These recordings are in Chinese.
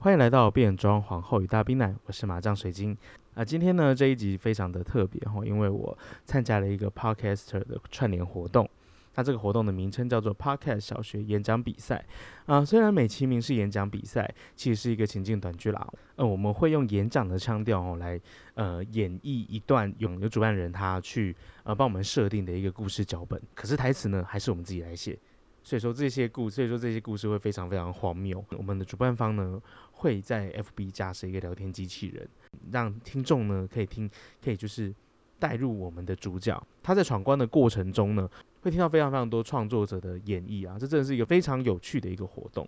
欢迎来到变装皇后与大冰奶，我是麻将水晶。啊，今天呢这一集非常的特别哈，因为我参加了一个 podcaster 的串联活动。那这个活动的名称叫做 Podcast 小学演讲比赛啊、虽然美其名是演讲比赛，其实是一个情境短剧啦。呃，我们会用演讲的腔调哦来呃演绎一段有有主办人他去呃帮我们设定的一个故事脚本，可是台词呢还是我们自己来写。所以说这些故，所以说这些故事会非常非常荒谬。我们的主办方呢会在 FB 架设一个聊天机器人，让听众呢可以听，可以就是带入我们的主角。他在闯关的过程中呢，会听到非常非常多创作者的演绎啊，这真的是一个非常有趣的一个活动。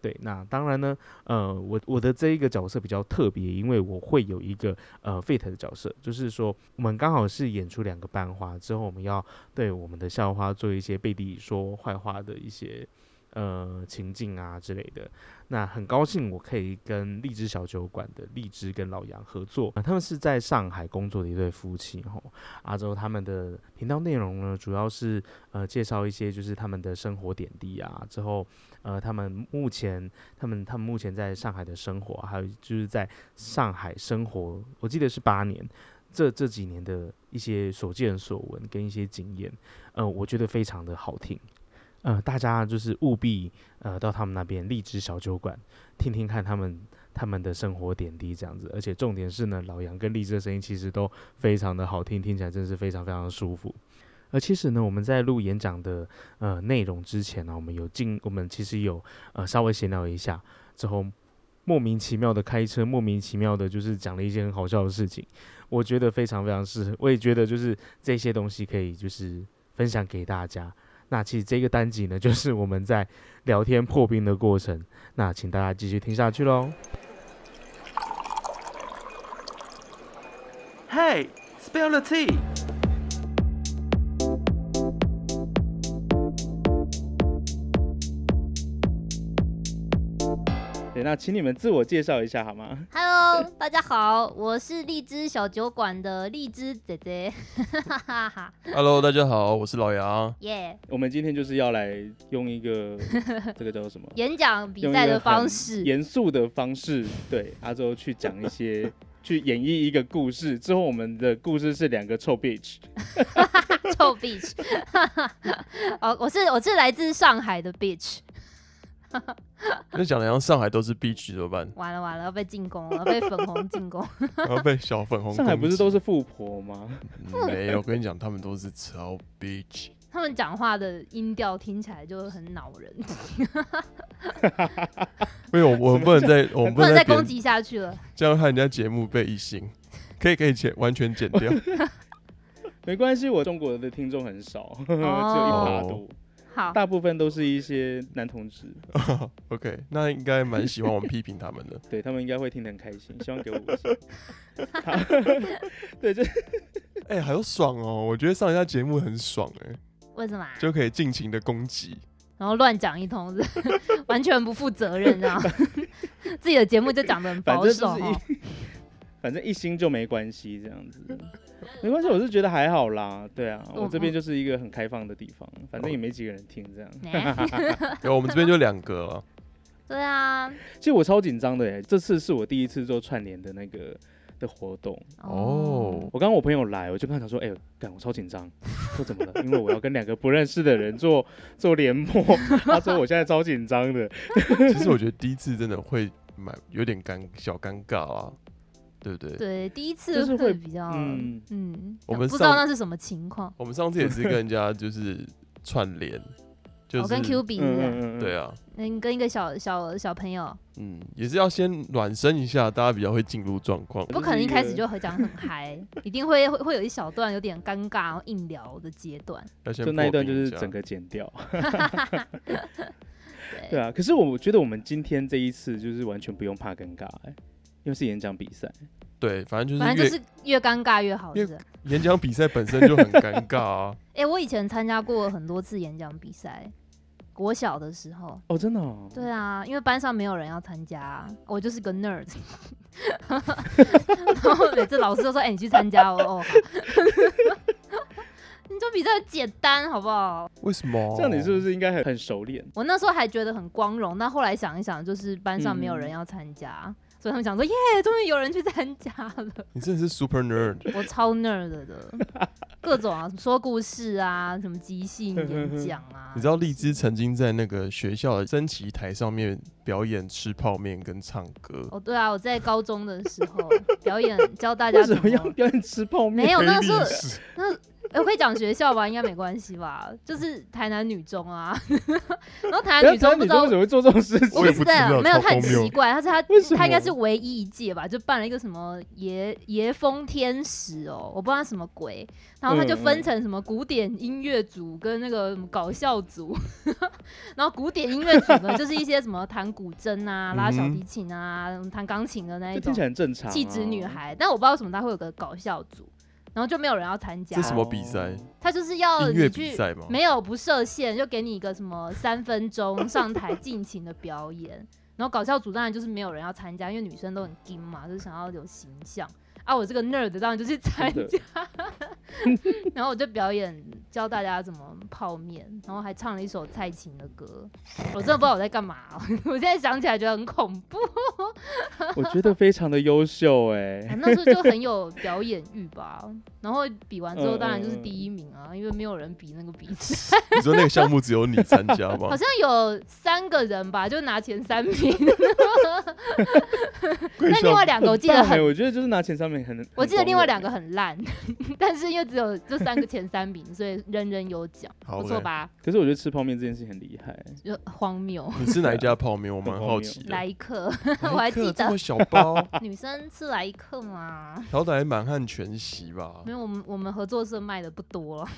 对，那当然呢，呃，我我的这一个角色比较特别，因为我会有一个呃 fit 的角色，就是说我们刚好是演出两个班花之后，我们要对我们的校花做一些背地里说坏话的一些呃情境啊之类的。那很高兴我可以跟荔枝小酒馆的荔枝跟老杨合作，呃他们是在上海工作的一对夫妻吼。阿周他们的频道内容呢，主要是呃介绍一些就是他们的生活点滴啊，之后呃他们目前他们他们目前在上海的生活，啊还有就是在上海生活，我记得是八年。这这几年的一些所见所闻跟一些经验，呃，我觉得非常的好听，呃，大家就是务必呃到他们那边荔枝小酒馆听听看他们他们的生活点滴这样子，而且重点是呢，老杨跟荔枝的声音其实都非常的好听，听起来真是非常非常的舒服。而其实呢，我们在录演讲的呃内容之前呢、我们有进，我们其实有呃稍微闲聊一下，之后莫名其妙的开车，莫名其妙的就是讲了一些很好笑的事情，我觉得非常非常适合，我也觉得就是这些东西可以就是分享给大家。那其实这个单集呢，就是我们在聊天破冰的过程，那请大家继续听下去喽。 Hey, spill the tea. 对，那请你们自我介绍一下好吗？ Hello，大家好，我是荔枝小酒馆的荔枝姐姐， 哈哈哈， Hello，大家好，我是老杨。耶！我们今天就是要来用一个这个叫做什么？演讲比用一赛个的方很式，严肃的方式，对阿周去讲一些，去演绎一个故事。之后我们的故事是两个臭 bitch，臭 bitch，哦， 我是我是来自上海的 bitch，？那讲的像上海都是 B 区怎么办完了完了，要被进攻了，被粉红进攻， 然后被小粉红攻击。上海不是都是富婆吗？嗯没有？我跟你讲，他们都是超 B 区。他们讲话的音调听起来就很恼人，没有， 我们不能再，我们不能再再攻贬，击下去了。这样害人家节目被一星。可以可以剪，完全剪 掉。没关系，我中国的听众很少， 只有一哦趴多，好，大部分都是一些男同志， OK，那应该蛮喜欢我们批评他们 的。对他们应该会听得很开心，希望给我五星。好 对，这哎、好爽哦！我觉得上一下节目很爽哎、为什么啊？就可以尽情的攻击。然后乱讲一通， 是完全不负责任，这样 自己的节目就讲的很反保正守就哦。是一，反正一星就没关系，这样子，没关系，我是觉得还好啦，对啊，我嗯这边就是一个很开放的地方，反正也没几个人听这样。 哎有我们这边就两个了，对啊，其实我超紧张的耶，这次是我第一次做串联的那个的活动。哦我刚刚我朋友来，我就跟他讲说，哎、呦，干，我超紧张，说怎么 了？因为我要跟两个不认识的人做做联播，他说我现在超紧张的。其实我觉得第一次真的会蛮有点尴小尴尬啊，对不对？对，第一就次是会会比较，嗯嗯，我们不知道上那是什么情况。我们上次也是跟人家就是串 联，就我是、哦跟 Q 比嗯是不是，嗯对啊，嗯，跟一个小小小朋友，嗯，也是要先暖身一下，大家比较会进入状况。不可能一开始就会讲很嗨，一定会会会有一小段有点尴尬然后硬聊的阶段。要先就那一段破就冰是下整个剪掉，对，对啊。可是我觉得我们今天这一次就是完全不用怕尴尬、哎，因为是演讲比赛，对，反正就是反越正就是越尴尬越好，是不是。演讲比赛本身就很尴尬啊。哎、我以前参加过很多次演讲比赛，国小的时候。哦，真的、哦，对啊，因为班上没有人要参加啊、我就是个 nerd。然后每次老师都说：“哎、你去参加哦。哦”好 你就比较简单好不好？为什 么？这样你是不是？是应该很很熟练？我那时候还觉得很光荣，但后来想一想，就是班上没有人要参加，所以他们想说耶，终于有人去参加了。你真的是 super nerd，我超 nerd 的，各种啊，什么说故事啊，什么即兴演讲啊， 你知道荔枝曾经在那个学校的升旗台上面表演吃泡面跟唱歌，哦，对啊，我在高中的时候表演教大家为怎什么么要表演吃泡面？没有黑那历时候史那哎我可以讲学校吧，应该没关系吧？就是台南女中啊， 然后台不要南啊女中讲不你知道为什么会做这种事情我我也不不知知道道，没有，超他很荒谬奇怪，他是他为什他应该么是唯一一届吧，就办了一个什么椰椰风天使哦，我不知道他什么鬼，然后他就嗯嗯分成什么古典音乐组跟那个什么搞笑组， 然后古典音乐组呢就是一些什么弹古筝啊、拉小嗯提琴啊、弹钢琴的那这一听种起来很正常、啊。气质女孩，但我不知道为什么他会有个搞笑组，然后就没有人要参加这，什么比赛？他就是要音乐哦你比去赛吗？没有不设限，就给你一个什么三分 钟上台尽情的表演。然后搞笑组当然就是没有人要参加，因为女生都很精嘛，就是想要有形象啊。我这个 nerd 当然就去 参 真加，然后我就表演教大家怎么泡面，然后还唱了一首蔡琴的歌。我真的不知道我在干嘛、 我现在想起来觉得很恐 怖。我觉得非常的优秀哎、 我那时候就很有表演欲吧，然后比完之后嗯当然就是嗯嗯第一名啊，因为没有人比那个比赛。你说那个项目只有你参加好 吗？像有三个人吧，就拿前三名。 贵那另外两个我记得棒欸很，我觉得就是拿前三名很，哎我记得另外两个个很烂，但是因为只有这三个前三名，所以人人有奖，好不错，OK 吧？可是我觉得吃泡面这件事很厉害、哎就荒谬。你吃哪一家泡面？我蛮很荒好谬奇的。来客，来我还客记这得么小包， 女生吃来客嘛？好歹满汉全席吧没，有，我们我们合作社卖的不多了，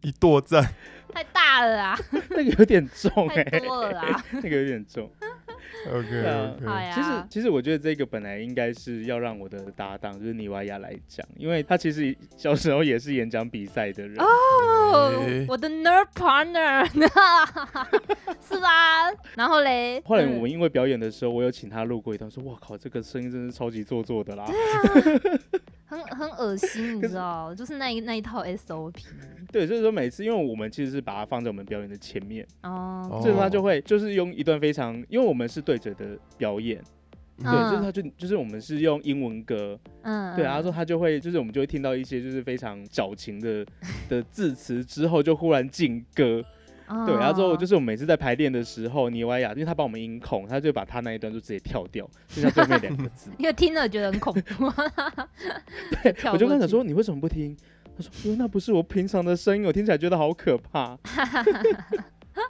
一 剁赞。太大了啦， 那个有点重 哎、太多了啦。那个有点重。 OK 啊 OK，好其实呀，其实我觉得这个本来应该是要让我的搭档就是泥娃牙来讲，因为他其实小时候也是演讲比赛的人。哦诶，我的 nerd partner，是吧？然后嘞，后来嗯我们因为表演的时候，我有请他录过一段，说：“哇靠，这个声音真是超级做作的啦。 很很恶心，你知道，就是那一那一套 SOP 对，所以说每次因为我们其实是把它放在我们表演的前面，哦，所以他哦就会就是用一段非常，因为我们是对着的表演，对，嗯就是他就就是我们是用英文歌，嗯，对啊，他说他就会就是我们就会听到一些就是非常矫情的的字词，之后就忽然进歌，嗯对，然啊后之后就哦是我们每次在排练的时候，尼维亚因为他帮我们音控，他就把他那一段就直接跳掉，剩下最后面两个字，哦因为听了觉得很 恐怖，就跳我就跟过他去说：“你为什么不听？”他说：“哟，那不是我平常的声音，我听起来觉得好可怕。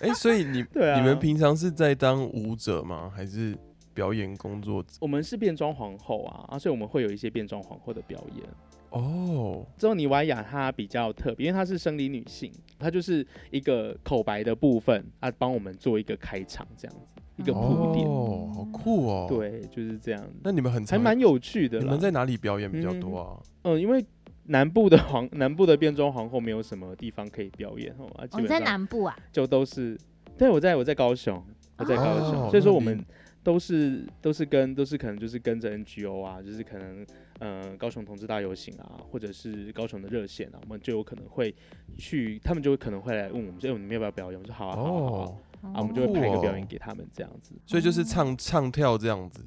哎，所以你 对啊你们平常是在当舞者吗？还是表演工作者？”我们是变装皇后啊，啊所以我们会有一些变装皇后的表演。哦，之后，尼瓦雅她比较特别，因为她是生理女性，她就是一个口白的部分啊，帮我们做一个开场这样子，一个铺垫。哦，好酷哦。，对，就是这样，那你们很还常蛮有趣的你啦们。在哪里表演比较多啊？嗯，因为南部的皇南部的变装皇后没有什么地方可以表演哦，啊，哦，基你本在上南部啊？就都是，对我在我在高雄，我在高雄，哦所以说那我离们都是都是跟都是可能就是跟着 NGO 啊，就是可能呃高雄同志大游行啊，或者是高雄的热线啊，我们就有可能会去，他们就会可能会来问我们说，哎、你们要不要表演？我们说好啊，好啊，好啊，哦，啊，我们就酷会拍一个哦表演给他们这样子。 所以嗯就是唱唱跳这样子，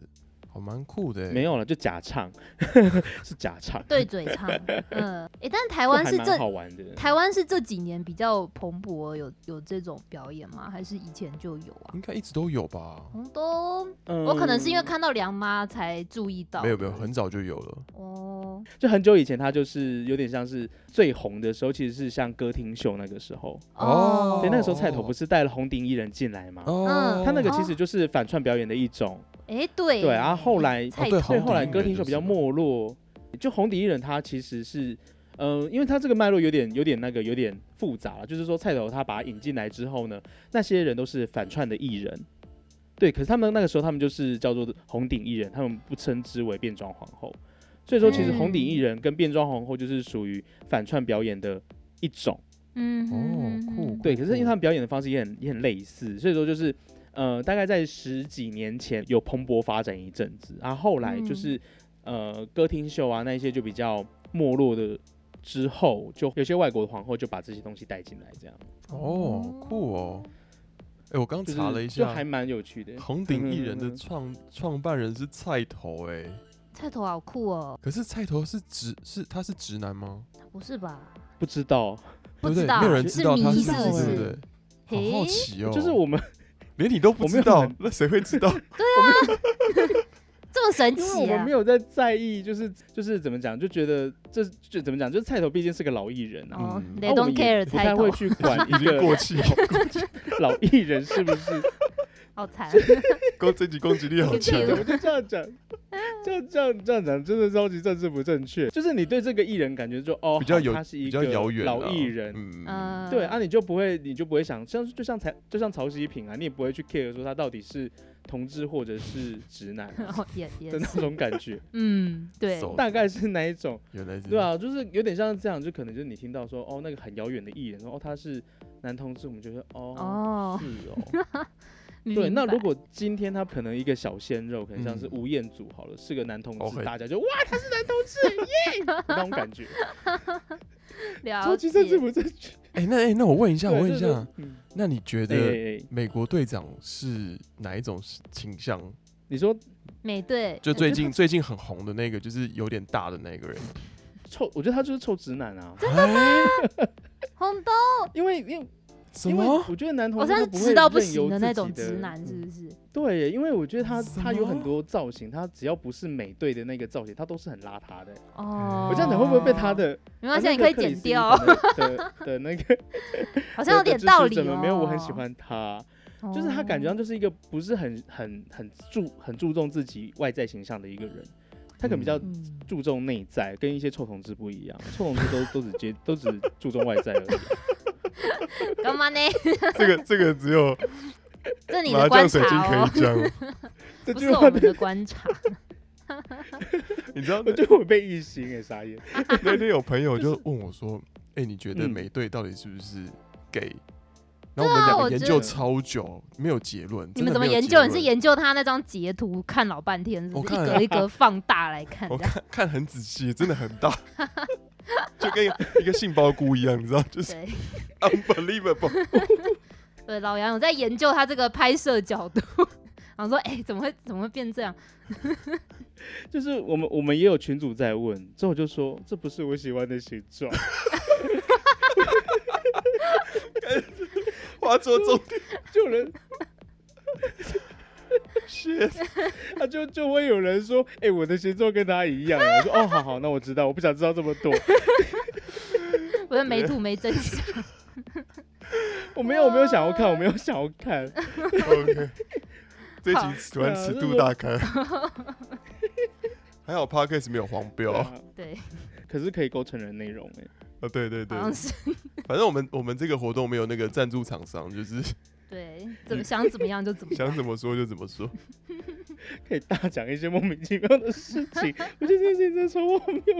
好蛮酷的。欸没，有了，就假唱，是假唱，对嘴 唱，嗯，诶，但台台湾还是蛮这好玩的。台湾是这几年比较蓬勃，有有这种表演吗？还是以前就有啊？应该一直都有吧？红都，嗯我可能是因为看到梁妈才注意到的，没有没有，很早就有了。哦，就很久以前，他就是有点像是最红的时候，其实是像歌厅秀那个时候。哦对，那个时候菜头不是带了红顶艺人进来吗？哦，他那个哦其实就是反串表演的一种。诶，对对，然后后来，菜哦对头所以后来红顶艺人歌厅秀比较没落，就红顶艺人他其实是。嗯，因为他这个脉络有点、有点那个、有点复杂了。就是说，菜头他把他引进来之后呢，那些人都是反串的艺人，对。可是他们那个时候，他们就是叫做红顶艺人，他们不称之为变装皇后。所以说，其实红顶艺人跟变装皇后就是属于反串表演的一种。嗯哼哦哼哼酷酷对，可是因为他嗯们表演的方式也很也很类似，所以说就是，呃，大概在十几年前有蓬勃发展一嗯阵子，然后后来就是，呃，歌厅秀啊那一些就比较没落的之后，就有些外国的皇后就把这些东西带进来，这样哦，酷哦。哎、我刚就是查了一就下，还蛮有趣的。红顶艺人嗯嗯的嗯创创办人是菜头哎、菜头好酷哦，可是菜头是直是他是直男吗？不是吧？嗯不知 道，不对不知对？道没有人是知道迷他是不不是对不是？对？嘿好好奇哦，就是我们连你都我不没知有道很，那谁 会知道？这么神因为我奇们啊没！有在在意，就是就是怎么讲，就觉得这就怎么讲，就是菜头毕竟是个老艺人啊，哦嗯那，They 我 don't 们也 care 不太菜会头，去管 已一经过 个气，好过气，老艺人是不是 好惨。嗯光这集攻击力好这强个哦。我就这样 讲，这样这样这样讲，真的超级政治不正确。就是你对这个艺人感觉就哦，比较好有他是一比个较遥远老啦艺人。嗯，嗯，对 啊，，你就不会，你就不会想，像就像才就像曹曦平啊，你也不会去 care 说他到底是同志或者是直男啊 然后哦也也的那是，种感 觉，嗯，对，手大概是哪一种？原来是对，啊，就是有点像这样，就可能就是你听到说哦，那个很遥远的艺人，说哦他是男同志，我们就说哦哦，是哦，对，明那白如果今天他可能一个小鲜肉，可能像是嗯哦吴彦祖好了，是个男同志， OK 大家就哇，他是男同 志耶，那种感觉，超了级解，政治不正确。哎，那哎，那我问一下，对我问一，就是下说，嗯那你觉哎得哎，哎美国队长是哪一种倾向？你说美队就最近最近很红的那个，就是有点大的那个人，臭，我觉得他就是臭直男啊，真的吗？红豆，因为因为什因为么？我觉得男同我志像他是不直会到不任由行的自己那的种嗯直男，是不是？对，因为我觉得他什他有很么多造型，他只要不是美队的那个造型，他都是很邋遢的。哦，我这样讲会不会被他？的？呃没关系，那你个可以克里剪斯蒂掉，凡的的的那个好好像有点道理怎哦么。没有？我很喜，欢他，就是他感觉上就是一个不是很很很注很注重自己外在形象的一个人，他可能比较嗯，注重内在，跟一些臭同志不一样，臭同志都都只接都只注重外在而已。干嘛呢？ 这个这个只有这你麻的将观水察晶哦，可以讲。 这不句是我话们的观察。 你知道我对我被一心哎傻眼，那天有朋友就问我说：“哎、你觉得嗯美队到底是不是 gay？” 然后我们两啊我个研觉究得超久，没有结论。你真的们怎么没有研结究？你是论研究他那张截图看老半天，是不我是看一了格一格放大 来看我这样？看看很仔细，真的很大， 就跟一个杏鲍菇一样，你知道，就是对 unbelievable。 对，老杨有在研究他这个拍摄角度， 然后说：“哎，怎么会怎么会变这样？就是我们我们也有群主在问，之后我就说这不是我喜欢的形状，话说重点就有 人 是，他啊就就会有人说，哎、我的星座跟他一样。我说，哦，好好，那我知道，我不想知道这么多。我说没图没真相。 我没有，我没有想要看，我没有想要看。 OK，这一好集突然对啊尺这度个大开。 还好 podcast 没有黄标对啊，啊，”对， 可是可以勾成人内容哎、啊对对对好，像是反正我们我们这个活动没有那个赞助厂商，就是 对，怎么想怎么样就怎么样。嗯想怎么说就怎么说。可以大讲一些莫名其妙的事情。 我觉得这件事情真的超荒谬的。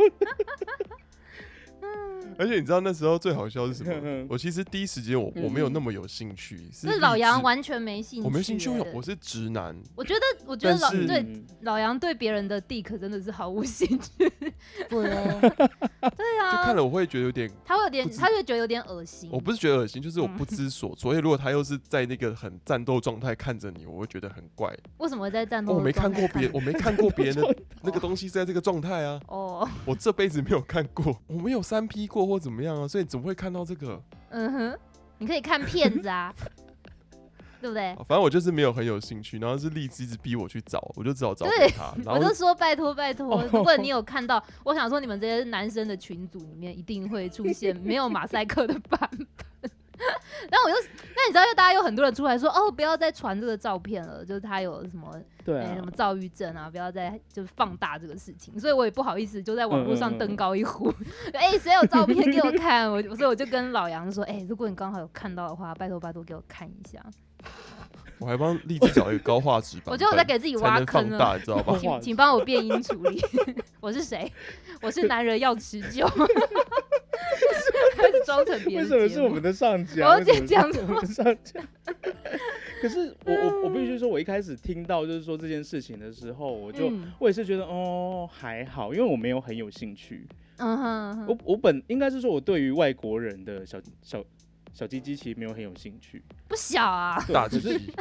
而且你知道那时候最好笑 是什么嗯？我其实第一时间我嗯我没有那么有兴趣，是这老杨玩，完全没兴趣欸，我没兴趣，我是直男。我觉得，我觉得老但是对嗯老杨对别人的 dick 真的是毫无兴趣。 对啊，对就啊嗯看，了我会觉得有点，他会有不点，知他就觉得有点恶心我。不是觉得恶心，就是我嗯不知所 措。因为如果他又是在那个很战斗状态看着你，我会觉得很怪。为什么会在战斗中哦我还没看？看过别，我没看过 别人的那个东西是在这个状态啊，哦，我这辈子没有看过，我没有三 P 过或怎么样啊，所以怎么会看到这个？嗯哼，你可以看片子 啊，对不对啊？反正我就是没有很有兴趣，然后是荔枝一直逼我去找，我就只好找对给他， 然我后就说拜托拜托，哦如果你有看到，我想说你们这些男生的群组里面一定会出 现没有马赛克的版本。然后我就，那你知道，又大家有很多人出来说，哦，不要再传这个照片了，就是他有什么对哎、啊嗯什么，躁郁症啊，不要再就是放大这个事情，所以我也不好意思就在网络上登高一呼， 哎、谁有照片给我 看？我所以我就跟老杨说，哎、如果你刚好有看到的话，拜托拜托给我看一下，我还帮荔枝找一个高画质版本，我觉得我在给自己才挖能坑放大，了。你知 道吧？请请帮我变音处理， 我是谁？我是男人要持久， 开始装成为别人什的么是节我目们。的上家？啊我要为什么这样是讲我们的上家。啊 可是我我我必须说，我一开始听到就是说这件事情的时候，我就、嗯我也是觉得哦还好，因为我没有很有兴趣。嗯哼，我我本应该是说我对于外国人的小小小鸡鸡其实没有很有兴趣，不小啊， 对大只只是鸡，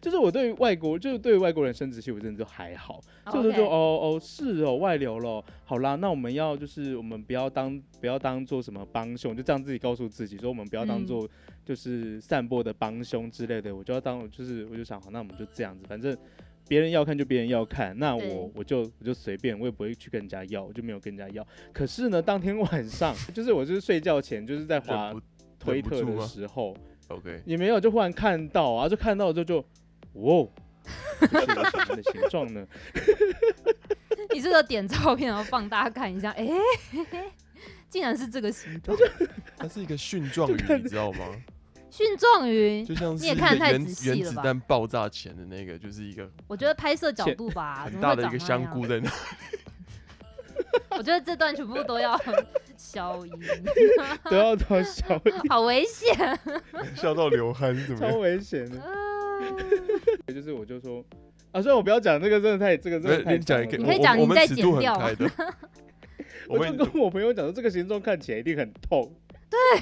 就是我对于外国就是对于外国人生殖器我真的都还好，就是说 OK 哦哦是哦外流了，好啦，那我们要就是我们不要当不要当做什么帮凶，就这样自己告诉自己说我们不要当嗯做就是散播的帮凶之类的，我就要当就是我就想好，那我们就这样子，反正。别人要看就别人要看，那我对我就我就随便，我也不会去跟人家要，我就没有跟人家要。可是呢，当天晚上 就是我就是睡觉前就是在滑忍 不推忍不特住的吗时候， OK，也没有，就忽然看到啊，就看到之后就，哇哦，这是一个什么样的形状呢？你这个点照片，然后放大家看一下，哎、 竟然是这个形状，它是一个蕈状鱼，你知道吗？蕈状云。就像你是也一看个得太原仔细原了子吧弹爆炸前的那个，就是一个我觉得拍摄角度吧，很啊怎么大会的长那一个香样菇在 那。我觉得这段全部都要 消音，都要多小， 好危险。笑到流汗是怎么超样？危险的。呃就是我就说，啊，虽然我不要讲这个，真的太这个真没有的太你讲一脏了你个，我可以我讲我你们再尺剪度很掉开的。 我我们就跟我朋友讲说，这个形状看起来一定很痛。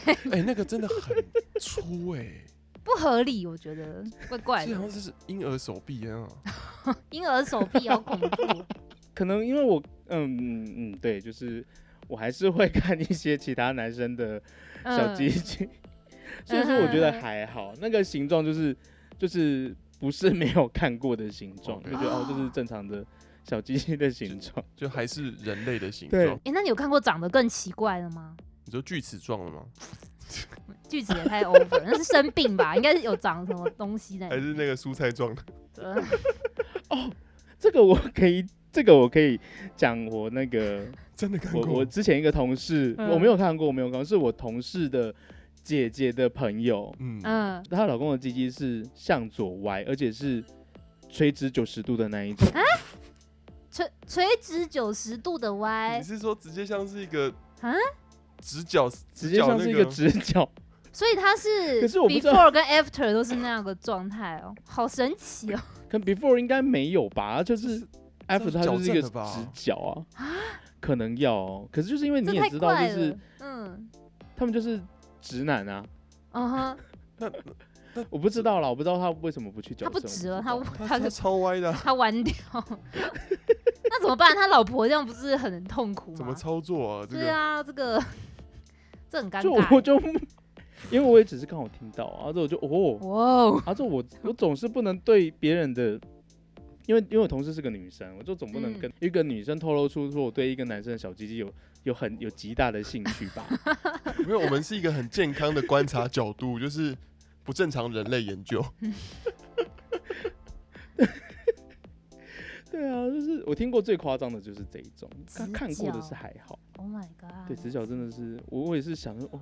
哎，那个真的很粗 哎， 不合理，我觉得怪怪这好的。像是哦婴儿手臂一样啊。婴儿手臂好恐怖，可能因为我，嗯嗯嗯，对，就是我还是会看一些其他男生的小鸡嗯，鸡，所以说我觉得还好，那个形状就是就是不是没有看过的形状， OK 就觉得哦，这是正常的小鸡鸡的形状。就还是人类的形对状。哎、那你有看过长得更奇怪的吗？你说锯齿状的吗？句子也太 over，了那是生病吧？应该是有长什么东西在里还面。是那个蔬菜状的？ 呃这个我可以， 这个我可以讲我那个真的看我我过？之前一个同事，嗯我没有看过，我没有看过，是我同事的姐姐的朋友，嗯，嗯，她老公的鸡鸡是向左歪，而且是垂直九十度的那一种，垂垂直九十度的歪你，是说直接像是一个哎啊直角，直接像是一个直角直角。所以它是可是我不知道 before 跟 after 都是那样的状态哦，好神奇哦。跟 before 应该没有吧？就是这 after 它就是一个矫正的吧直角啊，可能要、哦。可是就是因为你这也太知道，就怪是了，嗯，他们就是直男啊，嗯哼，那那我不知道啦，我不知道他为什么不去矫他正。不直哦了，他我不知道他它它超 歪的啊，他弯掉，那怎么办？他老婆这样不是很痛苦怎么吗？操作啊？这对个啊，这个 这很尴就我尬。就因为我也只是刚好听到啊，这我就哦，哇哦， 啊这我我总是不能对别人的。因为因为我同事是个女生，我就总不能嗯跟一个女生透露出说我对一个男生的小鸡鸡有有很有极大的兴趣 吧？没有，我们是一个很健康的观察角度，就是不正常人类研 究。对啊，就是我听过最夸张的就是这一种，直看看过的角是还好。 ！Oh my 对， god！直角真的是，我我也是想说，哦，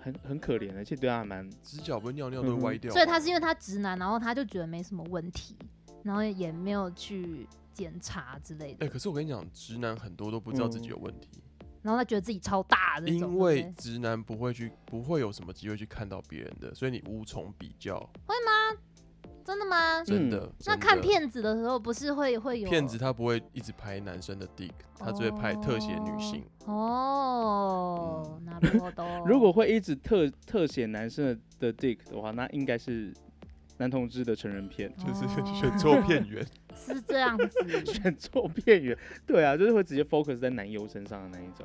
很很可怜，而且对他还蛮，哦直角不是尿尿嗯都会歪掉吗，所以他是因为他直男，然后他就觉得没什么问题，然后也没有去检查之类哎，的，可是我跟你讲，直男很多都不知道自嗯己有问题，然后他觉得自己超大嗯的那种，因对为不对直男不会去，不会有什么机会去看到别人的，所以你无从比较，真的吗？真的。嗯那真看的骗子的时候，不是会会有骗子他不会一直拍男生的 dick，他只会拍特写女性。嗯哦，那如果都哦如果会一直特特写男生的的 dick 的话，那应该是男同志的成人片，就是 哦选错片源， 是这 样子选错片源，对啊，就是会直接 focus 在男优身上的那一种。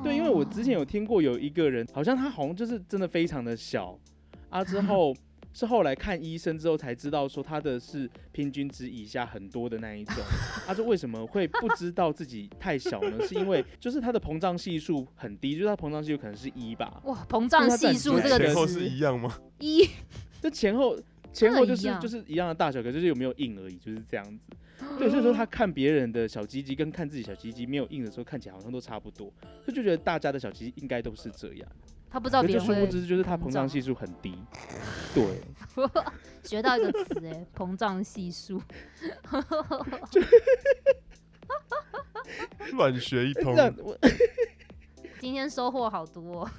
对，因为我之前有听过有一个人，好像他好像就是真的非常的小啊，之后是后来看医生之后才知道说他的是平均值以下很多的那一种。他说为什么会不知道自己太小呢？是因为就是他的膨胀系数很低，就是他膨胀系数可能是一吧，哇，膨胀系数对这个前后词是一样吗？ 一，这前后前后就是当然一样就是一样的大小，可就是有没有硬而已，就是这样 子。对，所以说他看别人的小鸡鸡跟看自己小鸡鸡没有硬的时候，看起来好像都差不多，他就觉得大家的小鸡鸡应该都是这样。他不知道可别就人殊会不知，就是它膨膨胀胀系数很低。对，学到一个词哎、膨胀系数。乱学一通。那我今天收获好多、哦，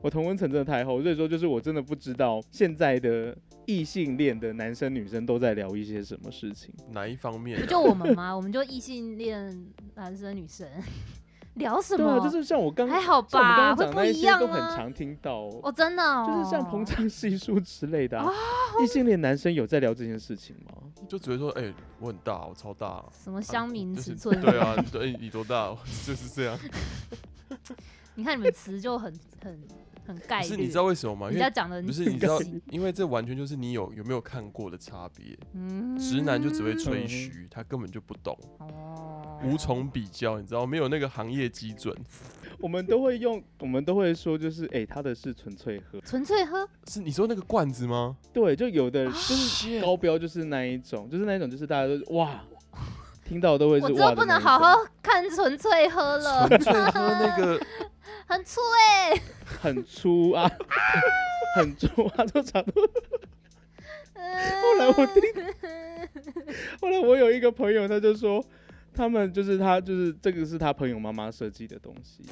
我同温层真的太厚，所以说就是我真的不知道现在的异性恋的男生女生都在聊一些什么事情。哪一方面、不啊？就我们吗？我们就异性恋男生女生聊什对么？啊，就是像我刚还好像我们吧，刚刚讲会不那一一些样都很啊。常听到，我真的、哦，就是像膨胀系数之类的、啊。异性恋男生有在聊这件事情吗？就只会说，哎、我很大，我超大、啊什么乡民就是尺寸，对啊，对，你多大？ 就是这样。你看你们词就很很很概不率。是你知道为什么吗？人因为家讲的不是你知道很，因为这完全就是你有有没有看过的差别。嗯直男就只会吹嗯嘘，他根本就不懂，哦无从比较，你知道，没有那个行业基准。 我们都会用，我们都会说，就是哎、他的是纯粹喝，纯粹喝是你说那个罐子吗？对，就有啊的就是是高标就是那一种，就是那一种，就是大家都 哇，听到都会是我哇之的后不那能一好种好看纯粹喝了，纯粹喝那个， 很脆。很粗啊， 很粗啊，就长得。后后来我听，嗯 后来我有一个朋友，他就说，他们就是他就是这个是他朋友妈妈设计的东 西，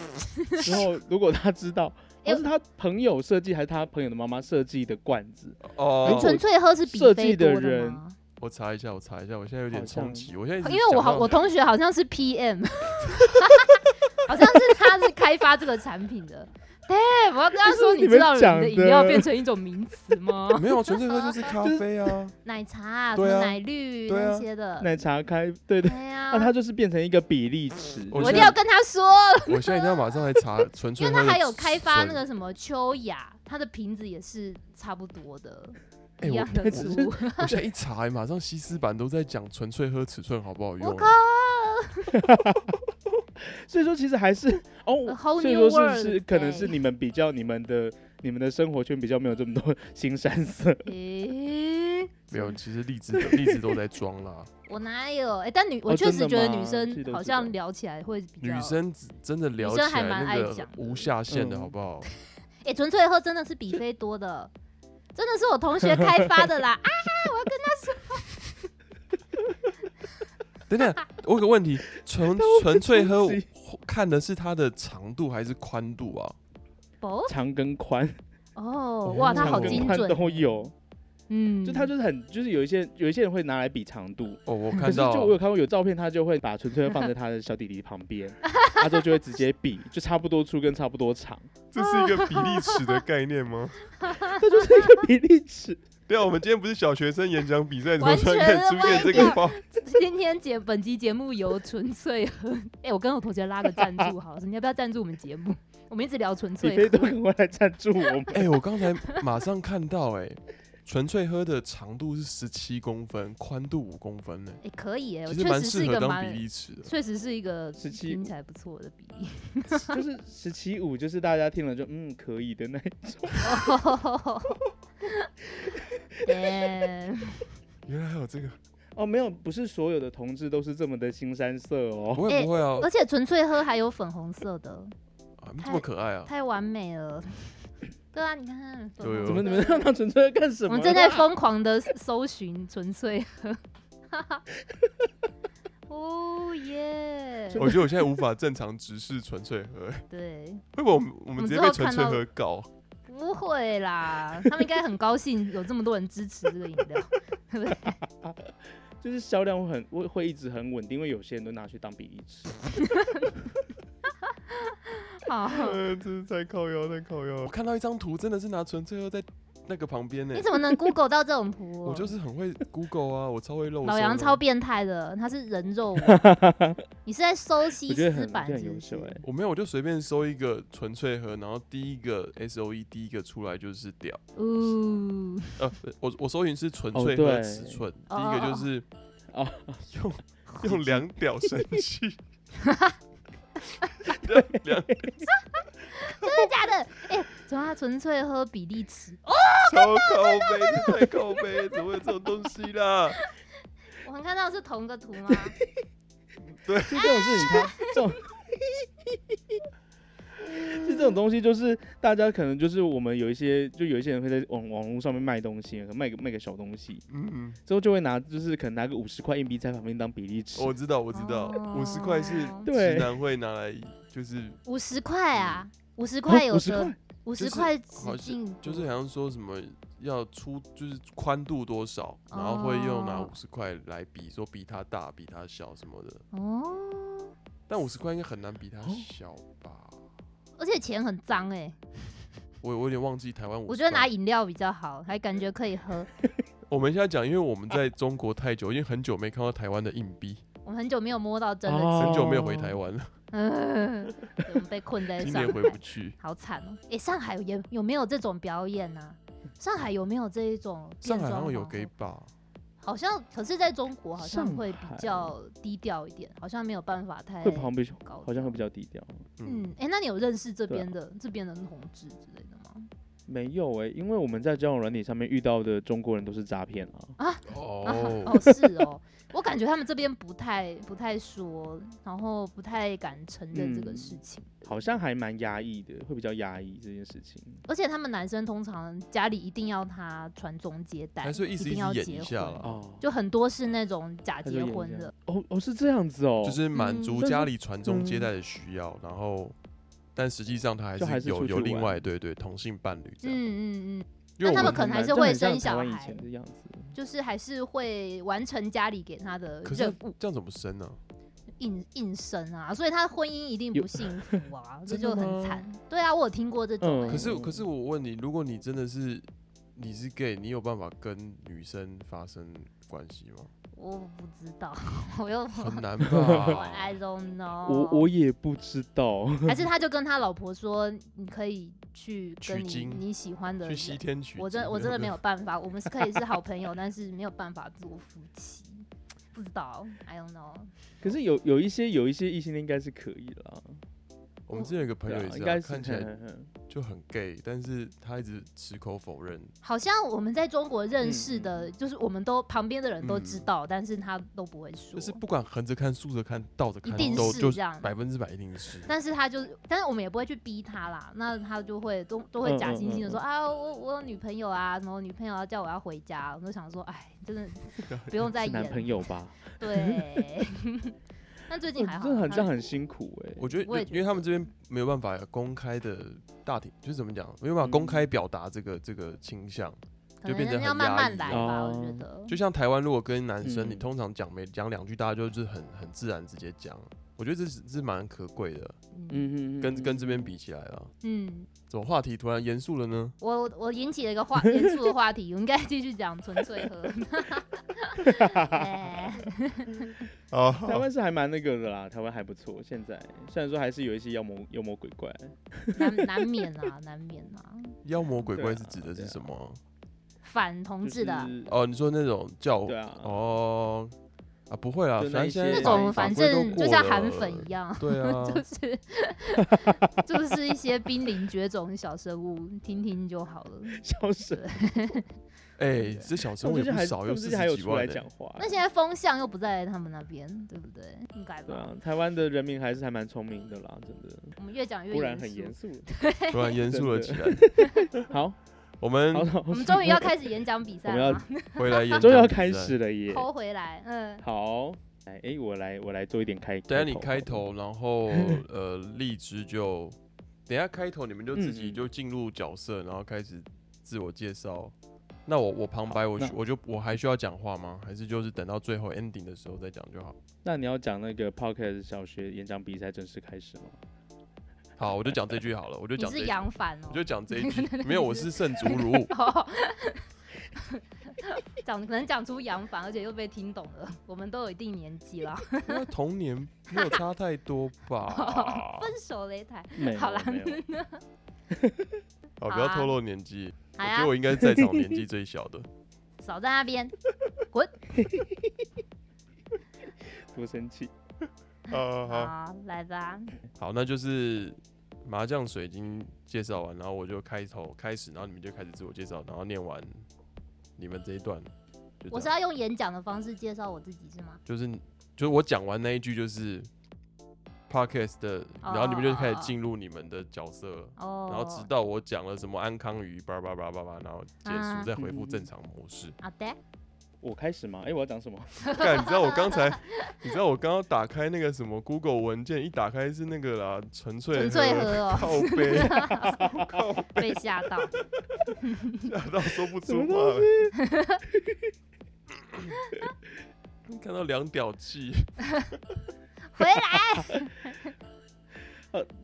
然后如果他知道，哎那是他朋友设计还是他朋友的妈妈设计的罐子，哦，纯粹喝是比设非计多的的人吗？我查一下，我查一下，我现在有点好冲像击，我现在一因直为我想好，到我同学好像是 PM，好像是他是开发这个产品的。对，我要跟他这说，是你知们道讲人的饮料变成一种名词吗？ 没有纯粹喝 就是咖啡啊，奶茶、啊、什对啊么奶绿对啊那些的，奶茶开，对对，对那、呀，他就是变成一个比例尺，我我觉一得定要跟他说，我现在一定要马上来 查纯因粹为喝的他纯。还有开发那个什么秋雅，它的瓶子也是差不多的，哎一我样的那只是粗。我现在一查，马上西施版都在讲纯粹喝尺寸好不好用我啊。靠，所以说其实还是 A 哦 whole，所以 new 说是 world，是可能是对你们比较你们的你们的生活圈比较没有这么多 新山色，诶，没有，其实荔枝的荔枝都在装 啦。我哪有？哎，但女我哦确真实的觉得吗女记生得好记像得聊起来会比较女生只真的聊女起生还来蛮那爱个讲的无下限的嗯好不好？哎、纯粹喝真的是比菲多的，真的是我同学开发的啦！啊，等等，我有个问题， 纯纯粹喝自己看的是它的长度还是宽度啊？不，长跟宽，哦，哇，他长好跟精宽准，都有。嗯，就他就是很，就是有一些有一些人会拿来比长度，哦，我可看是到就我有 看过有照片，他就会把纯粹放在他的小弟弟旁边，他就就会直接比，就差不多粗跟差不多长，这是一个比例尺的概念吗？这就是一个比例尺。对啊，我们今天不是小学生演讲比赛，怎么完突然全开始是出现歪这个掉话？今天节本集节目由纯粹喝，哎、我跟我同学拉个赞助好了，你要不要赞助我们节目？我们一直聊 纯你非粹都喝，赶快来赞助我们，哎、我刚才马上看到、哎，纯粹喝的长度是十七公分，宽度五公分呢、哎、可以哎、我其实确蛮实是适一合个当蛮比，例尺的。确实是一个17听起来不错的比例。就是十七五，就是大家听了就嗯可以的那一种。 Damn 原来还有这个，哦，没有，不是所有的同志都是这么的新山色哦。不会哎不会啊，而且纯粹喝还有粉红色的，啊这么可爱啊！太完美了。对啊，你看，粉有有怎红么色你们让他纯粹干什我么？们正在疯狂的搜寻纯粹 喝，哦耶！我觉得我现在无法正常直视纯粹喝、哎对，会不会我们我我们们直接之被后纯看粹到喝搞？不会啦，他们应该很高兴有这么多人支持这个饮 料，对不对？就是销量会很会会一直很稳定，因为有些人都拿去当比例尺。好，呃，真是太靠腰，太靠腰了。我看到一张图，真的是拿纯粹喝在那个旁边呢、你怎么能 Google 到这种 图？哦我就是很会 Google 啊，我超会漏搜的。老杨超变态的，他是人肉王， 你是在搜西我觉得施很版这很是优不是秀？哎、我没有，我就随便搜一个纯粹喝，然后第一个 S O E 第一个出来就是屌。呜，呃，我我搜寻是纯哦粹喝对尺寸，哦第一个就是哦用 用两屌生 气，两两真的假的？哎，怎么他纯粹喝比例尺？哦，超靠背，这太靠背，怎么会有这种东西啦？我们看到是同个图吗？就这种事情，它这种，就这种东西，就是大家可能就是我们有一些，就有一些人会在网网络上面卖东西，可能卖个卖个小东西，嗯，之后就会拿，就是可能拿个五十块硬币在旁边当比例尺。哦我知道，我知道，五十块是哦直对男会拿来就是五十块啊，五十块有五十个块，五五就十是块直好径像就是好像说什么要出就是宽度多少，然后会用拿哦五十块来比，说比它大、比它小什么的。哦，但五十块应该很难比哦它小吧？而且钱很脏哎、我我有点忘记台湾五。我觉得拿饮料比较好，还感觉可以喝。我们现在讲，因为我们在中国太久，因为很久没看到台湾的硬币，我们很久没有摸到真的哦钱，很久没有回台湾了，嗯， 对我们被困在今上年海，回不 去。好惨哦、哎、上海有有没有这种表演呢、上海有没有这一种变上装皇海后？好像有 gay 吧？好像，可是在中国好像上会比海较低调一点，好像没有办法太会旁边高好像会比较低调。嗯嗯，，哎、那你有认识这对啊边的、这边的同志之类的吗？没有诶、因为我们在交友软体上面遇到的中国人都是诈骗啊。啊哦， 哦，是哦，我感觉他们这边不太不太说，然后不太敢承认这个嗯事情，好像还蛮压抑的，会比较压抑这件事情。而且他们男生通常家里一定要他传宗接代，还是哎会意思定意思要演结一下婚啦，哦，就很多是那种假他就结演婚这样的，哦哦是这样子哦， 就是满嗯足但是嗯家里传宗接代的需要，然后，但实际上他还就还是有出去有另玩外对对同性伴侣这样。嗯嗯嗯，因为我那他们我可能还是就很会像生小台湾以孩前的样子。就是还是会完成家里给他的可任是务，这样怎么生呢、应应生啊，所以他婚姻一定有不幸福啊，这真的就很吗惨。对啊，我有听过这种、嗯欸，可是可是我问你，如果你真的是你是 gay，你有办法跟女生发生关系 吗？我不知道， 我又很难我吧？ I don't know，我我也不知道， 嗯还是他就跟他老婆说，你可以去取跟你经你喜欢的 去人，西天取经，我真我真的没 有办法，我们是可以是好朋友，但是没有办法做夫妻，不知道，I don't know，可是有有一些有一些异性恋应该是可以啦。我们之前有个朋对友啊也是、啊，应该是看起来哼哼哼就很 gay，但是他一直矢口否认。好像我们在中国认识嗯的，就是我们都旁边的人都知嗯道，但是他都不会说，就是不管横着看、竖着看、倒着看一，定都是就这样啊百分之百一定是。但是他就是，但是我们也不会去逼他啦，那他就会都都会嗯假嗯惺惺的说、嗯嗯啊，我我有女朋友啊，什么我女朋友要叫我要回家，我就想说，哎，真 的不用再是男朋演，友吧？ 嗯对。 但最近还好，啊这很他这样很辛苦哎、我觉我得也就，觉因为他们这边没有办法公开的大体，就是怎么讲，没有嗯办法公开表达这个、这个倾向。可就变能得要很慢压慢抑来啊吧，我哦觉得。就像台湾，如果跟男生，嗯你通常讲没讲两句，大家就是很很自然直接讲。我觉得这是这是蛮可贵的，嗯嗯嗯，跟嗯跟这边比起来了。嗯，怎么话题突然严肃了呢？我我引起了一 个话严肃的话题，我应该继续讲纯粹喝。哎啊，台湾是还蛮那个的啦，台湾还不错。现在虽然说还是有一些妖魔妖魔鬼怪，难难免啊，难免啊， 妖魔鬼怪对啊是指的是什么啊？反同就志的。是哦，你说那种教对啊，哦啊，不会啊，就反那正一现些在那法种法反规都正就过像了韩粉一样，对啊， 就是就是一些濒临绝种的小生物，听听就好了。笑死对了。哎，这小他生们最物也近不还少，他有们四最近还有十几出来万欸讲呢。话、那现在风向又不在他们那边，对不对？应该对啊。，吧台湾的人民还是还蛮聪明的啦，真的，我们越讲越忽然很肃严。肃了。突然严肃了 起来。好，我们好，好 我们终于要开始演讲比赛我们要了吗，回来 演，终于要开。始了耶。抠回来。嗯，好，来，哎、我来我来做一点开。等头下啊你好开了头，然后呃，荔枝就等下开头，你们就自己嗯嗯就进入角色，然后开始自我介绍。那我我旁白我那需我就我还需要讲话吗？还是就是等到最后 ending 的时候再讲就好？那你要讲那个 Podcast 小学演讲比赛正式开始吗？好，我就讲这句好了，我就你讲这是一句，杨凡哦我。就讲这一句。没有，我是圣竹 如。哦，讲能讲出杨凡，而且又被听懂了，我们都有一定年纪 了，因为童年没有差太多吧？ 分手擂台。没有， 好啦没有。 好，好不要啊透露年纪。我好觉呀得，我应该是在场年纪最小的。少啊在那边。多生气。呃， 好，好，来吧。好，那就是麻将水晶介绍完，然后我就开头开始，然后你们就开始自我介绍，然后念完你们这一段，就我这是样。要用演讲的方式介绍我自己是吗？就是就是我讲完那一句就是 podcast 的，然后你们就开始进入你们的角色了。哦，然后直到我讲了什么安康鱼，叭叭叭叭叭，然后结啊束，再恢复嗯 正常模式。好的，我开始吗？哎、我要 讲什么？干，你知道我刚才，你知道我刚刚打开那个什么 Google 文件，一打开是那个啦，纯粹纯粹喝喝哦，靠背，被吓到。吓到说不什出么话东了。 看到两屌气，回来，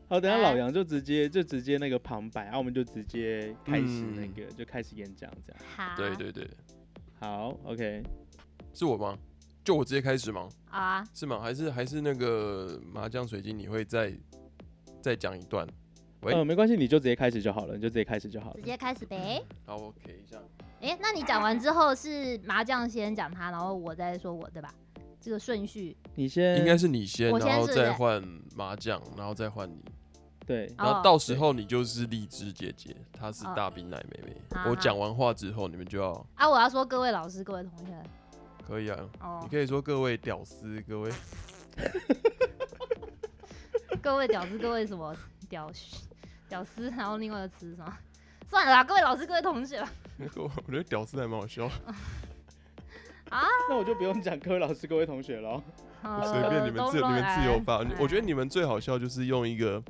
好，等一下哎老杨就直接就直接那个旁白，然、啊后我们就直接开始那个、嗯就开始演讲这样。好， 对对对，好，OK，是我吗？就我直接开始吗？啊，是吗？还是还是那个麻将水晶，你会再再讲一段？喂嗯、没关系，你就直接开始就好了，你就直接开始就好了直。接开始呗。好，我 K 一下。哎、那你讲完之后是麻将先讲他，然后我再说我对吧？这个顺序你先应该是你先，我先然后是不是再换麻将，然后再换你，对，哦然后到时候你就是荔枝姐姐，她是哦大兵奶妹妹好。我好讲完话之后，你们就要啊，我要说各位老师、各位同学可以啊，哦你，可以说各位屌丝，各位 各位屌丝、各位什么屌丝屌丝，然后另外一个词是什么？算了啦，各位老师、各位同学吧。我觉得屌丝还蛮好笑，那我就不用讲各位老师、各位同学喽。呃随便你们自都你们自由发乱来。哎我觉得你们最好笑就是用一个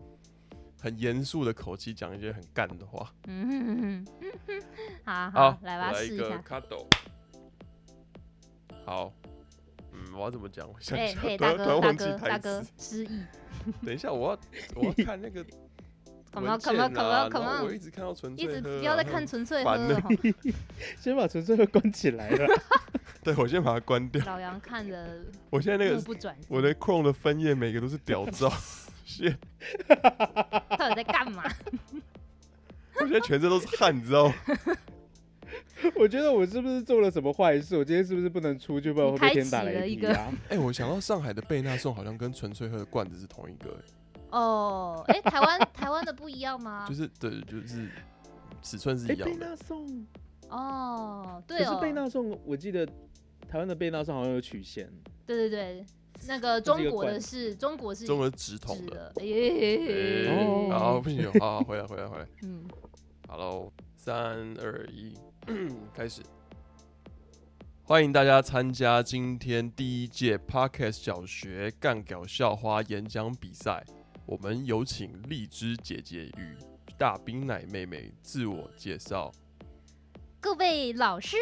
很严肃的口气讲一些很干的话。嗯哼哼哼哼好好好，来吧，我试一一个下。卡斗。好，嗯，我要怎么讲？我想哎、 一下，嘿， 突大然突然哥，大忘记哥，大台哥词。，失 忆等一下，我要我要看那个，come on 文啊 come 件 on come 啦 on 然后 come 我 on，一直看到纯粹一直喝不要啊再看，纯粹喝 烦了欸吼。先把纯粹会关起来了。 对我先把它 关掉。老杨看的我现在 那目个不转睛，我的 Chrome 的分页每个都是屌 照，谢。到底在干嘛？我现在全身都是汗，你知道吗？ 我觉得我是不是做了什么坏事？我今天是不是不能出去，不然我会被天打雷劈啊？哎、我想到上海的贝纳颂好像跟纯粹喝的罐子是同一个、欸哦，哎、台湾台湾的不一样吗？就是对，就是尺寸是哎，一贝样的。纳颂，哦，可是对哦，贝纳颂，我记得台湾的贝纳颂好像有曲线，对对对，那个这是一中个国的罐是中国是中文直筒直的，的，耶、哦哎，好不行，好好回来回来回来嗯，好喽，三二一，开始。欢迎大家参加今天第一届 Podcast 小学干搞校花演讲比赛。我们有请荔枝姐姐与大冰奶妹妹自我介绍。各位老师，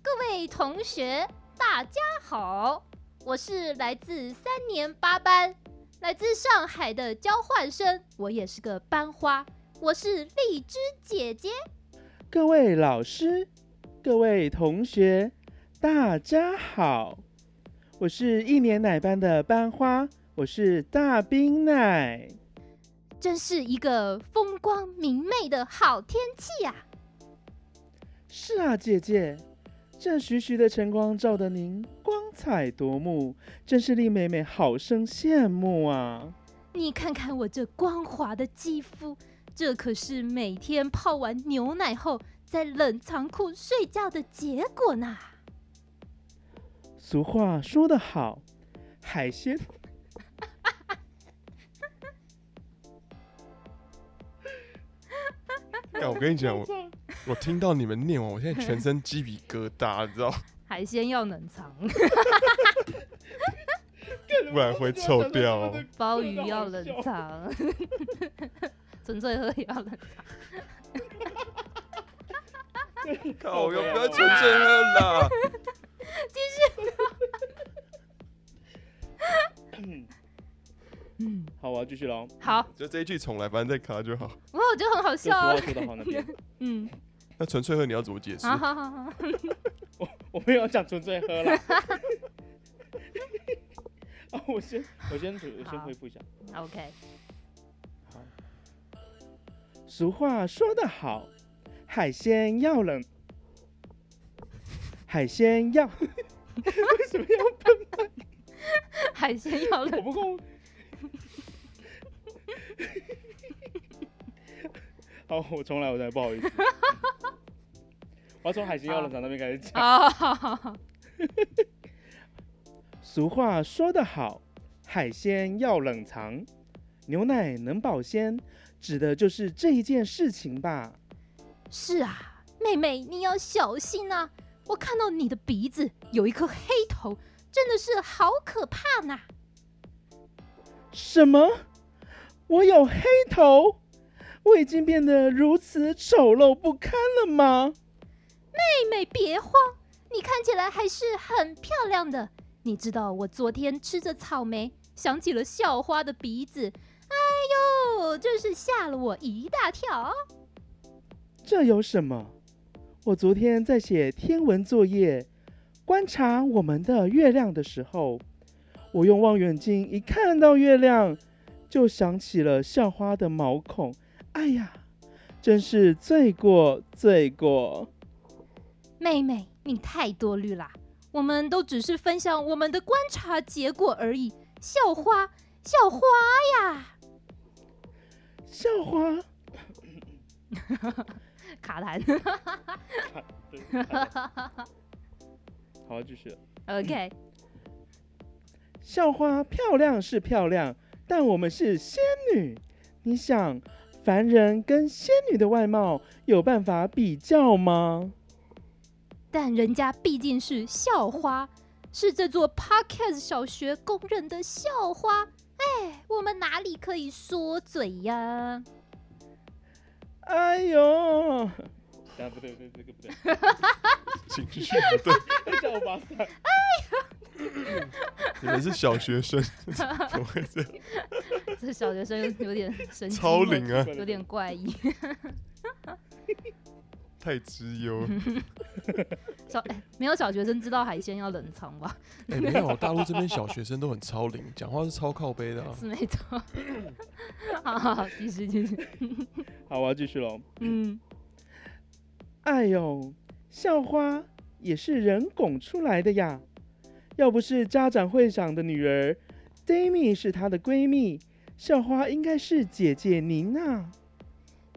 各位同学，大家好，我是来自三年八班，来自上海的交换生，我也是个班花，我是荔枝姐姐。各位老师，各位同学，大家好，我是一年奶班的班花，我是大冰奶。真是一个风光明媚的好天气啊！是啊，姐姐，这徐徐的晨光照得您光彩夺目，真是令妹妹好生羡慕啊！你看看我这光滑的肌肤，这可是每天泡完牛奶后在冷藏库睡觉的结果呢。俗话说得好，海 鲜。 但我跟你哎讲，我我听到你们念完，我现在全身鸡皮疙瘩，你知道，海鲜要冷藏，不然会臭掉 哦。鲍鱼要冷藏，纯粹喝也要冷藏。 靠，哦要不要纯粹喝啦？嗯，好，我要继续喽。好，就这一句重来，反正再卡就好。我我觉得很好这笑俗啊话。说得好那边，嗯，那纯粹喝你要怎么解释？好好好好，我没有讲纯粹喝 了。啊，我先，我先，我先好回复一下。好，OK。俗话说得好，海鲜要冷，海鲜要。 为什么要海鲜要我冷，不够。 好，我重来，我再不好意思。 我要从海鲜要冷藏那边开始讲。好好好好，俗话说得好，海鲜要冷藏，牛奶能保鲜，指的就是这一件事情吧。是啊，妹妹你要小心啊！我看到你的鼻子有一颗黑头，真的是好可怕呐！什么？我有黑头？我已经变得如此丑陋不堪了吗？妹妹别慌，你看起来还是很漂亮的。你知道我昨天吃着草莓，想起了校花的鼻子，哎呦，真是吓了我一大跳。啊这有什么？我昨天在写天文作业，观察我们的月亮的时候，我用望远镜一看到月亮，就想起了校花的毛孔。哎呀，真是罪过罪过！妹妹，你太多虑啦。我们都只是分享我们的观察结果而已。校花，校花呀，校花，卡痰。 好，继续。 OK，校花漂亮是漂亮，但我们是仙女。你想，凡人跟仙女的外貌有办法比较吗？但人家毕竟是校花，是这座 Parkes 小学公认的校花。哎，我们哪里可以说嘴呀？ 哎呦！ 啊，不对，不对，这个不对， 情绪不对，叫我巴萨。你们是小学生， 怎么会这样？这小学生有点神经，超龄啊，有点怪异。太之忧。小、哎没有小学生知道海鲜要冷藏吧？ 哎、没有，大陆这边小学生都很超龄，讲话是超靠背的、啊。是没错。 好好好，继续继续。 好，我要继续喽。嗯，哎呦，校花也是人拱出来的呀！要不是家长会长的女儿 d a m i 是她的闺蜜，校花应该是姐姐您 娜。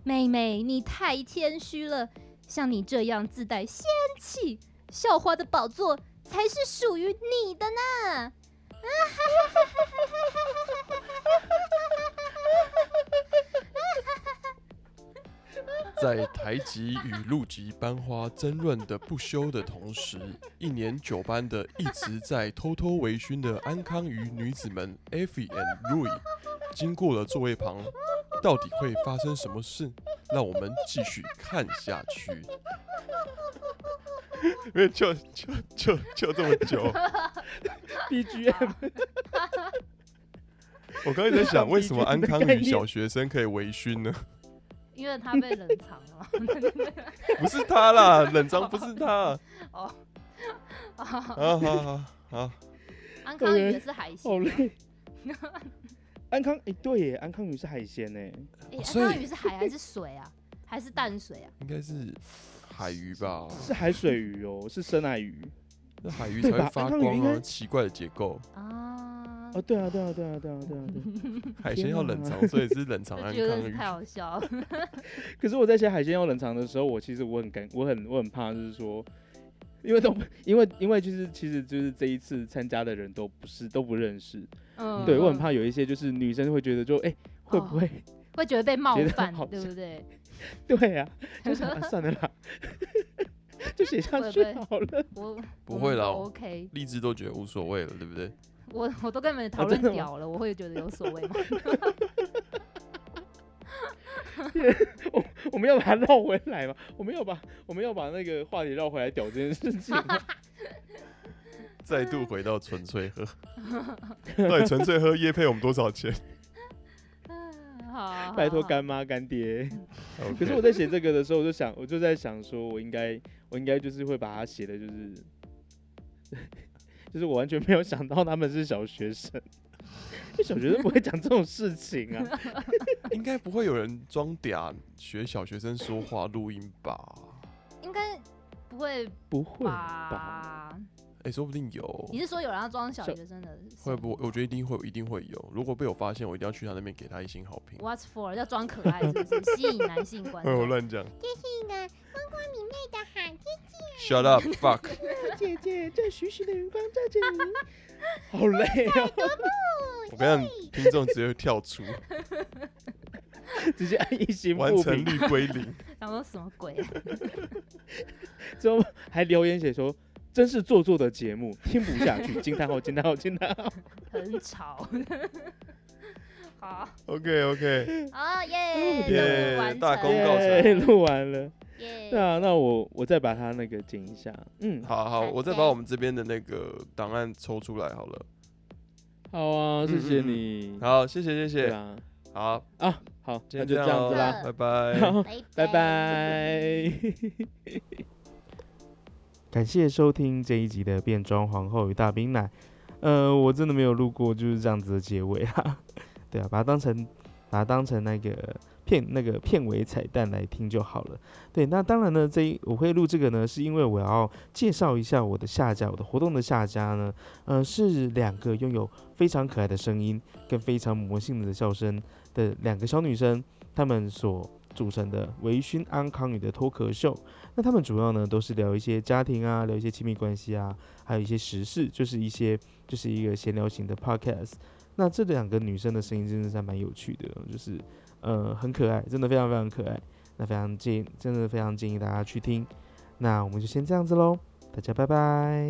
妹妹，你太谦虚了。像你这样自带仙气，校花的宝座才是属于你的 呢。在台籍与陆籍班花争论的不休的同时，一年九班的一直在偷偷微醺的安康鱼女子们 Effie and Rui，经过了座位旁，到底会发生什么事？让我们继续看下去。 因为就就就就这么久， BGM 我刚才在想，为什么安康与小学生可以微醺呢？因为他被冷藏 了。不是他啦，冷藏不是他。哦，好好好好，安康鱼也是海鲜好吗，累。 安康，哎、对耶，安康鱼是海鲜呢。哎、哦安所以康鱼是海还是水啊？还是淡水啊？应该是海鱼吧？是海水鱼哦，是深 海鱼。那海鱼才会对发吧安康鱼光应啊，该奇怪的结构。啊哦，，对啊，对啊，对啊，对啊，对啊，对啊。海鲜要冷藏，所以是冷哦藏这安觉得康是鱼太。好 笑了。可是我在写海鲜要冷藏的时候，我其实我很尴，我很我很怕，就是说，因为都 因为因为就是其实就是这一次参加的人都不是都不认识，嗯，哦对我很嗯怕有一些就是女生会觉得就哎、会不会、会觉得被冒觉得犯好，对不笑对？ 对呀、啊，就想、啊、算了啦， 就写下会去不会好了。我不我会们啦都我 OK，荔枝都觉得无所谓了，对不对？我我都跟你们讨论哦真的吗屌了，我会觉得有所谓吗？我我们要把它绕回来嘛，我们要把我们要把那个话题绕回来屌这件事情啊嘛。 再度回到纯粹喝，到底纯粹喝夜配我们多少钱？嗯好，拜托好干妈干爹。 可是 OK 我在写这个的时候，我就想，我 就在想说，我应该，我应该就是会把它写的，就是， 就是我完全没有想到他们是小学生， 因为小学生不会讲这种事情啊。应该不会有人装嗲学小学生说话录音吧？应该不会不会吧？吧？哎、说不定有你，是说有人要装小小学生的是？会不会？我觉得一定会有，一定会有。如果被我发现，我一定要去他那边给他一星好评。 What's for？要装可爱是不是？吸引男性观哎，我众。乱讲。那个光光明媚的海天 Shut up, fuck！ 姐姐，这徐徐的余光照着你，好累哦，我跟你讲，听众直接跳出， 直接按一星完不成平。 率归零。啊想说什么鬼？之后还留言写说真是做作的节目，听不下去，惊叹号惊叹号惊叹号。很吵。好， OK OK，哦耶任务耶完，成大功告耶，成。录完了。耶！那那我我再把它那个剪一下，嗯，好好，我再把我们这边的那个档案抽出来好了。好啊，谢谢嗯嗯嗯你，好，谢谢谢对谢，啊，好，啊，好，今那天就这样咯子啦，拜 拜。好，拜拜拜。 感谢收听这一集的变装皇后与大冰奶。呃，我真的没有录过就是这样子的结尾啊， 对啊，把它当成把它当成那个片那个片尾彩蛋来听就好了。对，那当然呢，这一我会录这个呢，是因为我要介绍一下我的下家，我的活动的下家呢，呃，是两个拥有非常可爱的声音跟非常魔性的笑声的两个小女生，她们所组成的微醺安康语的脱壳秀。那他们主要呢都是聊一些家庭啊，聊一些亲密关系啊，还有一些时事，就是一些就是一个闲聊型的 podcast。那这两个女生的声音真的是还蛮有趣的，就是呃很可爱，真的非常非常可爱。那非常建真的非常建议大家去听。那我们就先这样子喽，大家拜拜。